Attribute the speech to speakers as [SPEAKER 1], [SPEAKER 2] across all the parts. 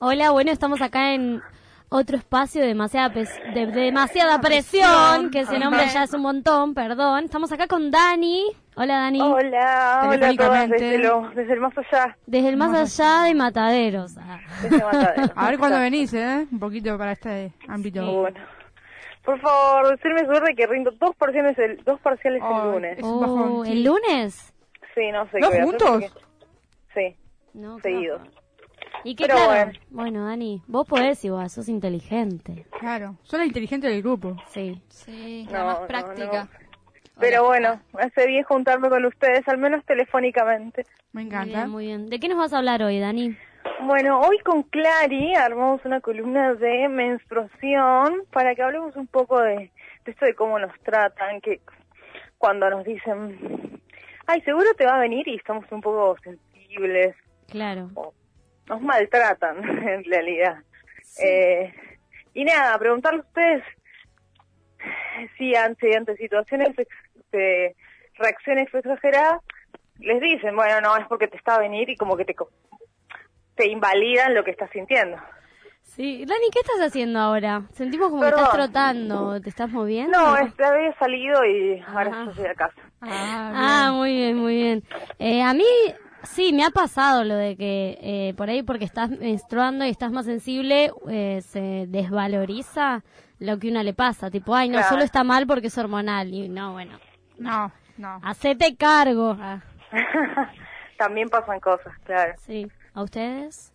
[SPEAKER 1] Hola, bueno, estamos acá en otro espacio de demasiada, pes- de, de demasiada presión, que ese nombre ya es un montón, perdón. Estamos acá con Dani. Hola, Dani.
[SPEAKER 2] Hola, hola a todas
[SPEAKER 3] Telefónicamente.
[SPEAKER 2] desde, lo- desde el más allá.
[SPEAKER 1] Desde el más allá de Mataderos. Ah.
[SPEAKER 2] Desde Matadero.
[SPEAKER 3] A ver cuándo venís, ¿eh? Un poquito para este ámbito.
[SPEAKER 2] Bueno. Por favor, decirme suerte que rindo dos parciales el, dos parciales
[SPEAKER 3] Ay,
[SPEAKER 2] el lunes.
[SPEAKER 3] Es un bajón,
[SPEAKER 1] Oh,
[SPEAKER 3] sí.
[SPEAKER 1] ¿El lunes?
[SPEAKER 2] Sí, no sé
[SPEAKER 3] ¿Dos
[SPEAKER 2] qué voy a hacer
[SPEAKER 3] juntos?
[SPEAKER 2] porque- Sí.
[SPEAKER 1] No, qué
[SPEAKER 2] Seguidos.
[SPEAKER 1] bajón. ¿Y qué
[SPEAKER 2] Pero
[SPEAKER 1] claro?
[SPEAKER 2] bueno.
[SPEAKER 1] Bueno, Dani, vos podés igual, sos inteligente.
[SPEAKER 3] Claro. Son la inteligente del grupo.
[SPEAKER 1] Sí.
[SPEAKER 4] Sí,
[SPEAKER 2] No,
[SPEAKER 4] la más
[SPEAKER 2] no,
[SPEAKER 4] práctica.
[SPEAKER 2] no. Pero bueno, hace bien juntarme con ustedes, al menos telefónicamente.
[SPEAKER 3] Me
[SPEAKER 1] Muy
[SPEAKER 3] encanta.
[SPEAKER 1] bien, muy bien. ¿De qué nos vas a hablar hoy, Dani?
[SPEAKER 2] Bueno, hoy con Clary armamos una columna de menstruación para que hablemos un poco de, de esto de cómo nos tratan, que cuando nos dicen, ay, seguro te va a venir y estamos un poco sensibles,
[SPEAKER 1] Claro.
[SPEAKER 2] o nos maltratan en realidad. Eh, y nada, preguntarle a ustedes si ante, ante situaciones ex- de reacciones exageradas les dicen, bueno, no, es porque te está a venir y como que te, co- te invalidan lo que estás sintiendo.
[SPEAKER 1] Sí. Dani, ¿qué estás haciendo ahora? Sentimos como que
[SPEAKER 2] Perdón.
[SPEAKER 1] estás trotando, ¿te estás moviendo?
[SPEAKER 2] No, esta vez he salido y
[SPEAKER 1] Ajá.
[SPEAKER 2] ahora estoy a casa.
[SPEAKER 1] Ah, muy bien, muy bien. Eh, a mí sí, me ha pasado lo de que eh, por ahí porque estás menstruando y estás más sensible, eh, se desvaloriza lo que una le pasa. Tipo, ay, no,
[SPEAKER 2] Claro.
[SPEAKER 1] solo está mal porque es hormonal. Y no, bueno,
[SPEAKER 3] No, no.
[SPEAKER 1] hacete cargo. Ah,
[SPEAKER 2] También pasan cosas, claro.
[SPEAKER 1] sí. ¿A ustedes?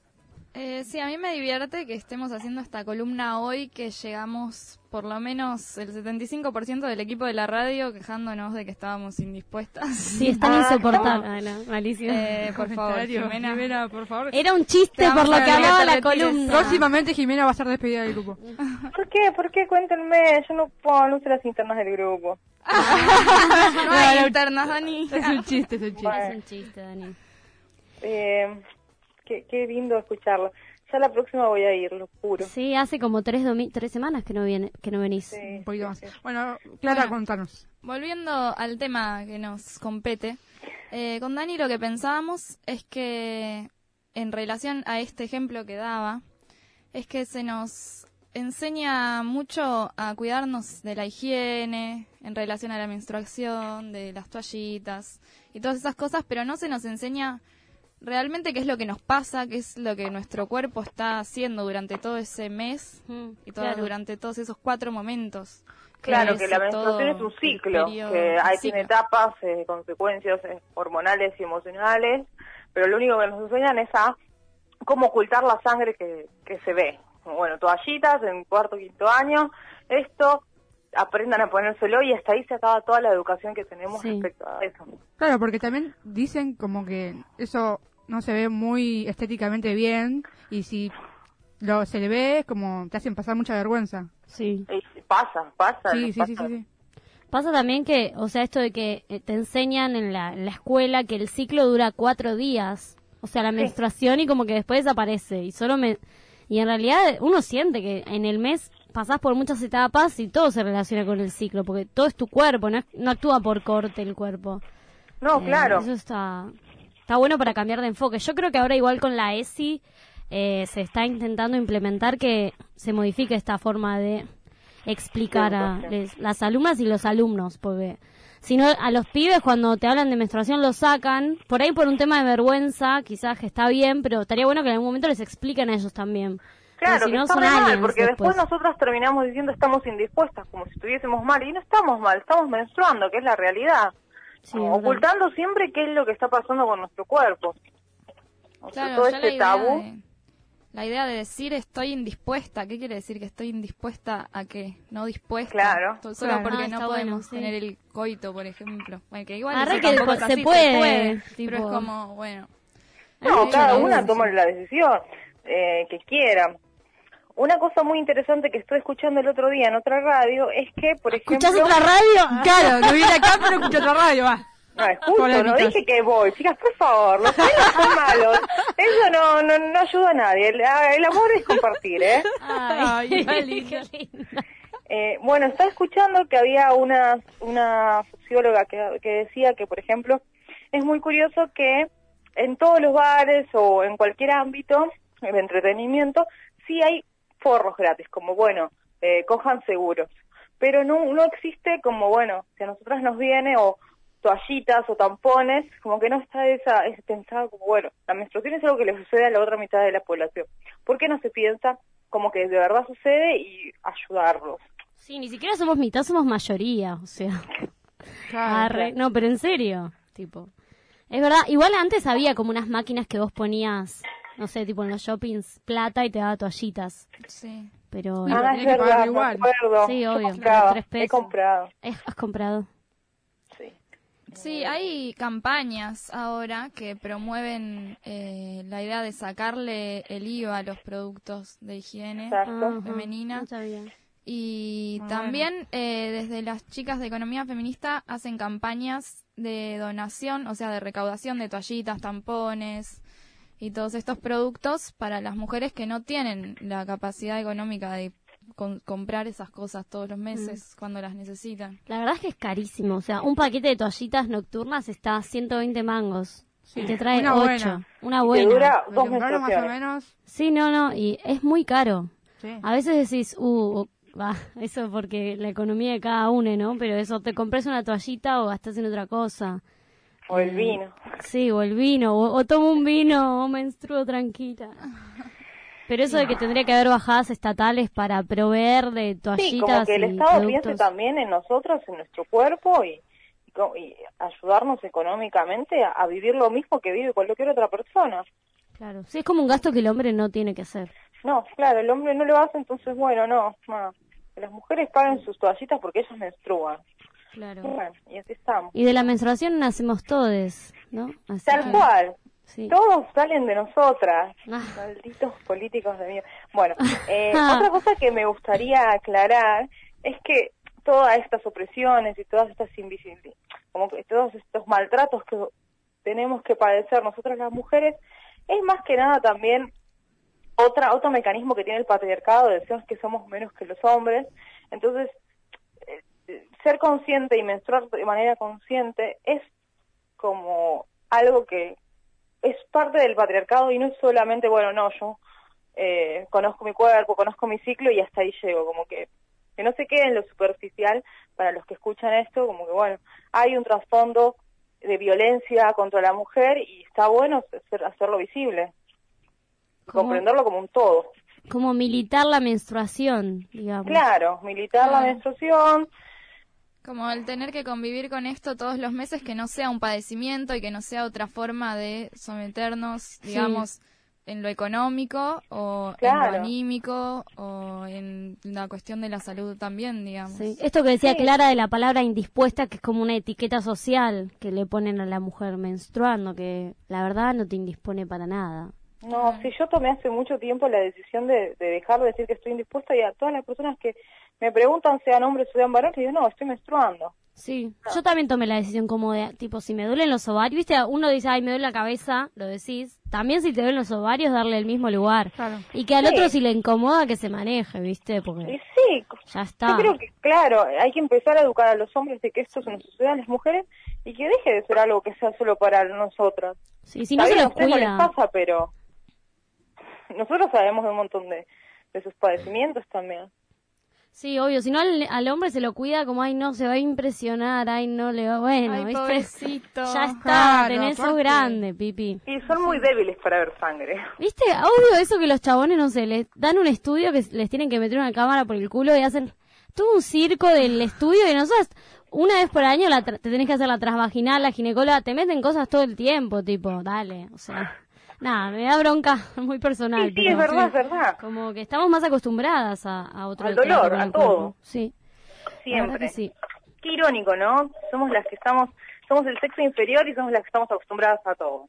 [SPEAKER 4] Eh, sí, a mí me divierte que estemos haciendo esta columna hoy, que llegamos por lo menos el 75% del equipo de la radio quejándonos de que estábamos indispuestas.
[SPEAKER 1] Sí, están
[SPEAKER 2] Ah,
[SPEAKER 1] insoportables. Ah, no, malísimo.
[SPEAKER 4] Eh, por favor,
[SPEAKER 3] Comentario,
[SPEAKER 4] Jimena.
[SPEAKER 3] Jimena, por favor.
[SPEAKER 1] Era un chiste
[SPEAKER 4] Te
[SPEAKER 1] por
[SPEAKER 4] vamos
[SPEAKER 1] lo
[SPEAKER 4] a
[SPEAKER 1] que
[SPEAKER 4] agregar
[SPEAKER 1] hablaba la
[SPEAKER 4] tarjetitas.
[SPEAKER 1] columna.
[SPEAKER 3] Próximamente Jimena va a estar despedida del grupo.
[SPEAKER 2] ¿Por qué? ¿Por qué? Cuéntenme. Yo no puedo, no sé las internas del grupo.
[SPEAKER 4] No hay internas, Dani.
[SPEAKER 3] Es un chiste, es un chiste.
[SPEAKER 1] Es un chiste, Dani.
[SPEAKER 2] Eh, qué, qué lindo escucharlo. Ya la próxima voy a ir, lo juro.
[SPEAKER 1] Sí, hace como tres, domi- tres semanas que no, viene, que no venís.
[SPEAKER 2] Sí,
[SPEAKER 3] Un poquito más. Bueno, Clara,
[SPEAKER 4] Bueno.
[SPEAKER 3] contanos.
[SPEAKER 4] Volviendo al tema que nos compete, eh, con Dani lo que pensábamos es que en relación a este ejemplo que daba, es que se nos enseña mucho a cuidarnos de la higiene, en relación a la menstruación, de las toallitas y todas esas cosas, pero no se nos enseña realmente qué es lo que nos pasa, qué es lo que nuestro cuerpo está haciendo durante todo ese mes
[SPEAKER 1] Mm,
[SPEAKER 4] y todas-
[SPEAKER 1] claro.
[SPEAKER 4] durante todos esos cuatro momentos.
[SPEAKER 2] Claro, que
[SPEAKER 4] es
[SPEAKER 2] la
[SPEAKER 4] todo
[SPEAKER 2] menstruación es un
[SPEAKER 4] el
[SPEAKER 2] ciclo,
[SPEAKER 4] periodo,
[SPEAKER 2] que
[SPEAKER 4] un
[SPEAKER 2] hay,
[SPEAKER 4] ciclo.
[SPEAKER 2] tiene etapas, eh, consecuencias eh, hormonales y emocionales, pero lo único que nos enseñan es a cómo ocultar la sangre que, que se ve. Bueno, toallitas en cuarto, quinto año, esto aprendan a ponérselo y hasta ahí se acaba toda la educación que tenemos
[SPEAKER 1] Sí.
[SPEAKER 2] respecto a eso.
[SPEAKER 3] Claro, porque también dicen como que eso no se ve muy estéticamente bien y si lo se le ve es como te hacen pasar mucha vergüenza.
[SPEAKER 1] Sí.
[SPEAKER 2] Y pasa, pasa.
[SPEAKER 3] Sí, sí,
[SPEAKER 2] pasa.
[SPEAKER 3] sí, sí, sí.
[SPEAKER 1] Pasa también que, o sea, esto de que eh, te enseñan en la, en la escuela que el ciclo dura cuatro días. O sea, la menstruación y como que después desaparece. Y solo me... Y en realidad uno siente que en el mes pasás por muchas etapas y todo se relaciona con el ciclo, porque todo es tu cuerpo, no, es- no actúa por corte el cuerpo.
[SPEAKER 2] No,
[SPEAKER 1] Eh,
[SPEAKER 2] Oh, claro.
[SPEAKER 1] Eso está, está bueno para cambiar de enfoque. Yo creo que ahora igual con la ESI eh, se está intentando implementar que se modifique esta forma de explicar a les- las alumnas y los alumnos, porque si no, a los pibes cuando te hablan de menstruación lo sacan, por ahí por un tema de vergüenza, quizás que está bien, pero estaría bueno que en algún momento les expliquen a ellos también.
[SPEAKER 2] Claro,
[SPEAKER 1] Porque si
[SPEAKER 2] que
[SPEAKER 1] no,
[SPEAKER 2] está
[SPEAKER 1] son
[SPEAKER 2] re mal,
[SPEAKER 1] aliens
[SPEAKER 2] porque después.
[SPEAKER 1] después.
[SPEAKER 2] nosotras terminamos diciendo estamos indispuestas, como si estuviésemos mal, y no estamos mal, estamos menstruando, que es la realidad.
[SPEAKER 1] Sí,
[SPEAKER 2] Como
[SPEAKER 1] es verdad.
[SPEAKER 2] ocultando siempre qué es lo que está pasando con nuestro cuerpo. O sea,
[SPEAKER 4] Claro,
[SPEAKER 2] todo
[SPEAKER 4] ya
[SPEAKER 2] este
[SPEAKER 4] la idea
[SPEAKER 2] tabú.
[SPEAKER 4] de- la idea de decir estoy indispuesta, ¿qué quiere decir que estoy indispuesta a qué? No dispuesta.
[SPEAKER 2] Claro.
[SPEAKER 4] To- Solo
[SPEAKER 3] Claro.
[SPEAKER 1] Ah,
[SPEAKER 4] porque
[SPEAKER 1] está
[SPEAKER 4] no
[SPEAKER 1] bueno,
[SPEAKER 4] podemos
[SPEAKER 1] sí.
[SPEAKER 4] tener el coito, por ejemplo. Bueno, que igual
[SPEAKER 1] Arre
[SPEAKER 4] eso
[SPEAKER 1] que
[SPEAKER 4] tampoco
[SPEAKER 1] po-
[SPEAKER 4] es
[SPEAKER 1] se
[SPEAKER 4] así,
[SPEAKER 1] puede,
[SPEAKER 4] pero
[SPEAKER 1] tipo.
[SPEAKER 4] es como, bueno.
[SPEAKER 2] No,
[SPEAKER 1] Hay
[SPEAKER 2] cada
[SPEAKER 1] mucho
[SPEAKER 2] una
[SPEAKER 1] de
[SPEAKER 2] toma la decisión eh, que quiera. Una cosa muy interesante que estoy escuchando el otro día en otra radio es que, por ejemplo...
[SPEAKER 1] ¿Escuchás otra radio?
[SPEAKER 3] Claro, lo vi acá pero escucho otra radio, va.
[SPEAKER 2] No, escucho, Ah, no
[SPEAKER 3] Polémicas.
[SPEAKER 2] dije que voy. Chicas, por favor, los celos son malos. Eso no, no, no ayuda a nadie. El, el amor es compartir, ¿eh?
[SPEAKER 1] Ay, qué
[SPEAKER 3] Ay, qué linda.
[SPEAKER 1] linda.
[SPEAKER 2] Eh, bueno, estaba escuchando que había una, una socióloga que, que decía que, por ejemplo, es muy curioso que en todos los bares o en cualquier ámbito el entretenimiento, sí hay forros gratis, como bueno, eh, cojan seguros. Pero no, no existe como bueno, que a nosotras nos viene o toallitas o tampones, como que no está esa, es pensado como bueno, la menstruación es algo que le sucede a la otra mitad de la población. ¿Por qué no se piensa como que de verdad sucede y ayudarlos?
[SPEAKER 1] Sí, ni siquiera somos mitad, somos mayoría, o sea. Arre, Ah, no, pero en serio, tipo. Es verdad, igual antes había como unas máquinas que vos ponías, no sé, tipo en los shoppings, plata y te daba toallitas.
[SPEAKER 4] Sí.
[SPEAKER 1] Pero
[SPEAKER 3] Ah,
[SPEAKER 2] Ah,
[SPEAKER 3] tenés
[SPEAKER 2] es
[SPEAKER 3] que pagar
[SPEAKER 2] verdad, me
[SPEAKER 3] igual.
[SPEAKER 2] acuerdo.
[SPEAKER 1] Sí,
[SPEAKER 2] Yo
[SPEAKER 1] obvio,
[SPEAKER 2] compraba,
[SPEAKER 1] tres
[SPEAKER 2] He
[SPEAKER 1] pesos.
[SPEAKER 2] comprado.
[SPEAKER 1] eh, has comprado.
[SPEAKER 2] Sí.
[SPEAKER 4] Sí, hay campañas ahora que promueven eh, la idea de sacarle el IVA a los productos de higiene.
[SPEAKER 2] Exacto.
[SPEAKER 1] Ajá,
[SPEAKER 4] Femenina.
[SPEAKER 1] no sabía.
[SPEAKER 4] Y
[SPEAKER 3] Muy
[SPEAKER 4] también eh, desde las chicas de economía feminista hacen campañas de donación, o sea, de recaudación de toallitas, tampones y todos estos productos para las mujeres que no tienen la capacidad económica de con- comprar esas cosas todos los meses cuando las necesitan.
[SPEAKER 1] La verdad es que es carísimo. O sea, un paquete de toallitas nocturnas está a 120 mangos. Y te trae
[SPEAKER 3] Una
[SPEAKER 1] 8.
[SPEAKER 3] buena.
[SPEAKER 1] Una
[SPEAKER 2] Y te
[SPEAKER 1] buena.
[SPEAKER 2] dura
[SPEAKER 3] Lo
[SPEAKER 2] dos
[SPEAKER 3] compraron más o
[SPEAKER 2] menstruaciones.
[SPEAKER 3] menos.
[SPEAKER 1] Sí, no, no. Y es muy caro.
[SPEAKER 3] Sí.
[SPEAKER 1] A veces decís, uh, va, eso porque la economía de cada uno, ¿no? Pero eso, te compras una toallita o gastas en otra cosa.
[SPEAKER 2] O el vino.
[SPEAKER 1] Sí, o el vino, o, o tomo un vino, o menstruo tranquila. Pero eso de que tendría que haber bajadas estatales para proveer de toallitas
[SPEAKER 2] Sí, como que el
[SPEAKER 1] y
[SPEAKER 2] Estado piense
[SPEAKER 1] productos.
[SPEAKER 2] también en nosotros, en nuestro cuerpo y, y co- y ayudarnos económicamente a, a vivir lo mismo que vive cualquier otra persona.
[SPEAKER 1] Claro, sí, es como un gasto que el hombre no tiene que hacer.
[SPEAKER 2] No, claro, el hombre no lo hace, entonces bueno, no, no. Que Las mujeres paguen sus toallitas porque ellas menstruan.
[SPEAKER 1] Claro.
[SPEAKER 2] Bueno, y así estamos.
[SPEAKER 1] Y de la menstruación nacemos todos, ¿no? Así
[SPEAKER 2] Tal
[SPEAKER 1] que,
[SPEAKER 2] cual,
[SPEAKER 1] Sí.
[SPEAKER 2] todos salen de nosotras.
[SPEAKER 1] Ah,
[SPEAKER 2] Malditos políticos de mierda. Bueno, eh, otra cosa que me gustaría aclarar es que todas estas opresiones y todas estas invisibil- como que todos estos maltratos que tenemos que padecer nosotras las mujeres, es más que nada también otra otro mecanismo que tiene el patriarcado, decimos que somos menos que los hombres, entonces eh, ser consciente y menstruar de manera consciente es como algo que es parte del patriarcado y no es solamente, bueno, no, yo eh, conozco mi cuerpo, conozco mi ciclo y hasta ahí llego, como que, que no se quede en lo superficial para los que escuchan esto, como que, bueno, hay un trasfondo de violencia contra la mujer y está bueno hacer- hacerlo visible, y
[SPEAKER 1] ¿Cómo?
[SPEAKER 2] comprenderlo como un todo.
[SPEAKER 1] como militar la menstruación, digamos.
[SPEAKER 2] Claro, militar la
[SPEAKER 4] Claro.
[SPEAKER 2] menstruación,
[SPEAKER 4] Como el tener que convivir con esto todos los meses, que no sea un padecimiento y que no sea otra forma de someternos, digamos, en lo económico o en
[SPEAKER 2] Claro.
[SPEAKER 4] lo anímico o en la cuestión de la salud también, digamos.
[SPEAKER 1] Sí. Esto que decía
[SPEAKER 2] Sí.
[SPEAKER 1] Clara de la palabra indispuesta, que es como una etiqueta social que le ponen a la mujer menstruando, que la verdad no te indispone para nada.
[SPEAKER 2] No, sí, yo tomé hace mucho tiempo la decisión de, de dejar de decir que estoy indispuesta y a todas las personas que me preguntan, sean hombres o sean varones, yo digo, no, estoy menstruando.
[SPEAKER 1] Sí, yo también tomé la decisión como de, tipo, si me duelen los ovarios, viste, uno dice, ay, me duele la cabeza, lo decís. También si te duelen los ovarios, darle el mismo lugar.
[SPEAKER 3] Claro.
[SPEAKER 1] Y que al
[SPEAKER 2] Sí.
[SPEAKER 1] otro si le incomoda que se maneje, viste, porque
[SPEAKER 2] Y sí,
[SPEAKER 1] ya está.
[SPEAKER 2] yo creo que, claro, hay que empezar a educar a los hombres de que esto se nos sucede a las mujeres y que deje de ser algo que sea solo para nosotras.
[SPEAKER 1] Sí, si no se
[SPEAKER 2] Está bien, a
[SPEAKER 1] los
[SPEAKER 2] ustedes no les
[SPEAKER 1] cuida.
[SPEAKER 2] pasa, pero nosotros sabemos de un montón de, de sus padecimientos también.
[SPEAKER 1] Sí, obvio, si no al, al hombre se lo cuida como, ay, no, se va a impresionar, ay, no le va, bueno,
[SPEAKER 4] Ay,
[SPEAKER 1] ¿viste?
[SPEAKER 4] pobrecito.
[SPEAKER 1] Ya está,
[SPEAKER 3] Claro,
[SPEAKER 1] tenés sos
[SPEAKER 3] aparte.
[SPEAKER 1] grande, pipi.
[SPEAKER 2] Y son muy débiles para ver sangre.
[SPEAKER 1] ¿Viste? Obvio eso que los chabones, no sé, les dan un estudio que les tienen que meter una cámara por el culo y hacen todo un circo del estudio y nosotras una vez por año la tra- te tenés que hacer la transvaginal, la ginecóloga, te meten cosas todo el tiempo, tipo, dale, o sea, nada, me da bronca muy personal.
[SPEAKER 2] Sí, sí,
[SPEAKER 1] pero-
[SPEAKER 2] es verdad, es verdad.
[SPEAKER 1] Como que estamos más acostumbradas a, a otro
[SPEAKER 2] Al dolor,
[SPEAKER 1] trato con
[SPEAKER 2] a
[SPEAKER 1] el cuerpo.
[SPEAKER 2] todo.
[SPEAKER 1] Sí, la verdad
[SPEAKER 2] Siempre.
[SPEAKER 1] que sí.
[SPEAKER 2] Qué irónico, ¿no? Somos las que estamos, somos el sexo inferior y somos las que estamos acostumbradas a todo.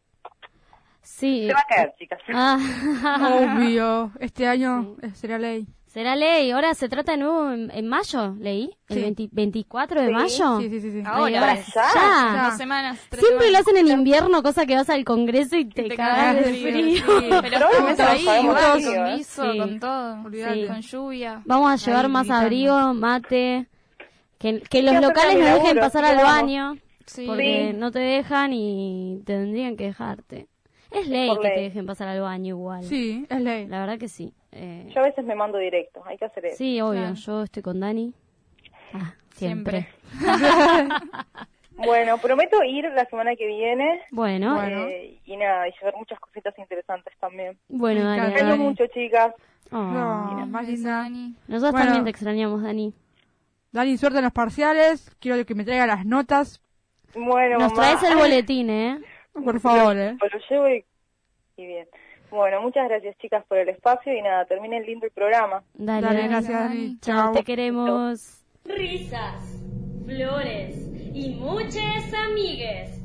[SPEAKER 1] Sí.
[SPEAKER 2] Se va a caer, chicas.
[SPEAKER 1] Ah,
[SPEAKER 3] Obvio. Este año eh, será ley.
[SPEAKER 1] será ley. Ahora se trata de nuevo en, en mayo, leí. El
[SPEAKER 3] Sí.
[SPEAKER 1] 20 24 de
[SPEAKER 2] Sí,
[SPEAKER 1] mayo.
[SPEAKER 3] Sí, sí, sí. sí.
[SPEAKER 1] Ay,
[SPEAKER 4] Ahora,
[SPEAKER 1] ahora
[SPEAKER 4] ya,
[SPEAKER 1] ya.
[SPEAKER 3] ya.
[SPEAKER 4] Ah. Dos semanas, tres
[SPEAKER 1] Ah. Siempre lo
[SPEAKER 4] semanas.
[SPEAKER 1] hacen en invierno, cosa que vas al congreso y te,
[SPEAKER 4] te
[SPEAKER 1] cagas de
[SPEAKER 4] cagás
[SPEAKER 1] frío.
[SPEAKER 4] de frío, sí. Pero
[SPEAKER 2] Pero
[SPEAKER 4] estamos
[SPEAKER 2] ahora
[SPEAKER 4] ahí,
[SPEAKER 2] sabemos
[SPEAKER 4] igual,
[SPEAKER 2] todo,
[SPEAKER 4] con
[SPEAKER 2] ¿eh?
[SPEAKER 4] guiso,
[SPEAKER 1] Sí.
[SPEAKER 4] con todo,
[SPEAKER 3] Olvidate.
[SPEAKER 1] Sí.
[SPEAKER 4] con lluvia.
[SPEAKER 1] Vamos a llevar
[SPEAKER 3] Ahí
[SPEAKER 1] más
[SPEAKER 3] gritando.
[SPEAKER 1] abrigo, mate, que, que los
[SPEAKER 2] hacer
[SPEAKER 1] locales
[SPEAKER 2] mi
[SPEAKER 1] no dejen
[SPEAKER 2] laburo,
[SPEAKER 1] pasar
[SPEAKER 2] yo
[SPEAKER 1] al
[SPEAKER 2] amo.
[SPEAKER 1] baño,
[SPEAKER 4] Sí.
[SPEAKER 1] porque no te dejan y tendrían que dejarte. Es ley
[SPEAKER 2] Por
[SPEAKER 1] que te
[SPEAKER 2] ley.
[SPEAKER 1] dejen pasar al baño igual.
[SPEAKER 3] Sí, es ley.
[SPEAKER 1] La verdad que sí. Eh,
[SPEAKER 2] Yo a veces me mando directo, hay que hacer eso.
[SPEAKER 1] sí, obvio.
[SPEAKER 4] Claro.
[SPEAKER 1] Yo estoy con Dani. Ah, siempre.
[SPEAKER 4] Siempre.
[SPEAKER 2] Bueno, prometo ir la semana que viene.
[SPEAKER 1] Bueno, bueno,
[SPEAKER 3] Bueno.
[SPEAKER 2] eh, y nada, y llevar muchas cositas interesantes también.
[SPEAKER 3] Me
[SPEAKER 1] dale,
[SPEAKER 3] encanta.
[SPEAKER 2] Extraño
[SPEAKER 1] dale.
[SPEAKER 2] mucho, chicas.
[SPEAKER 1] Oh.
[SPEAKER 3] No.
[SPEAKER 4] Mira,
[SPEAKER 3] más
[SPEAKER 4] beso,
[SPEAKER 3] linda.
[SPEAKER 4] Dani.
[SPEAKER 1] Nosotros
[SPEAKER 3] Bueno.
[SPEAKER 1] también te extrañamos, Dani.
[SPEAKER 3] Dani, suerte en los parciales. Quiero que me traiga las notas,
[SPEAKER 2] Bueno,
[SPEAKER 1] Nos
[SPEAKER 2] mamá.
[SPEAKER 1] traes el boletín, ¿eh?
[SPEAKER 3] por favor. ¿eh?
[SPEAKER 2] Lo llevo y, y bien. Bueno, muchas gracias, chicas, por el espacio. Y nada, terminen lindo el programa.
[SPEAKER 1] Dale,
[SPEAKER 3] Dale,
[SPEAKER 1] dale.
[SPEAKER 3] gracias,
[SPEAKER 4] Dani.
[SPEAKER 3] Dani.
[SPEAKER 1] Chao,
[SPEAKER 3] Chao.
[SPEAKER 1] te queremos.
[SPEAKER 5] risas, flores y muchas amigues.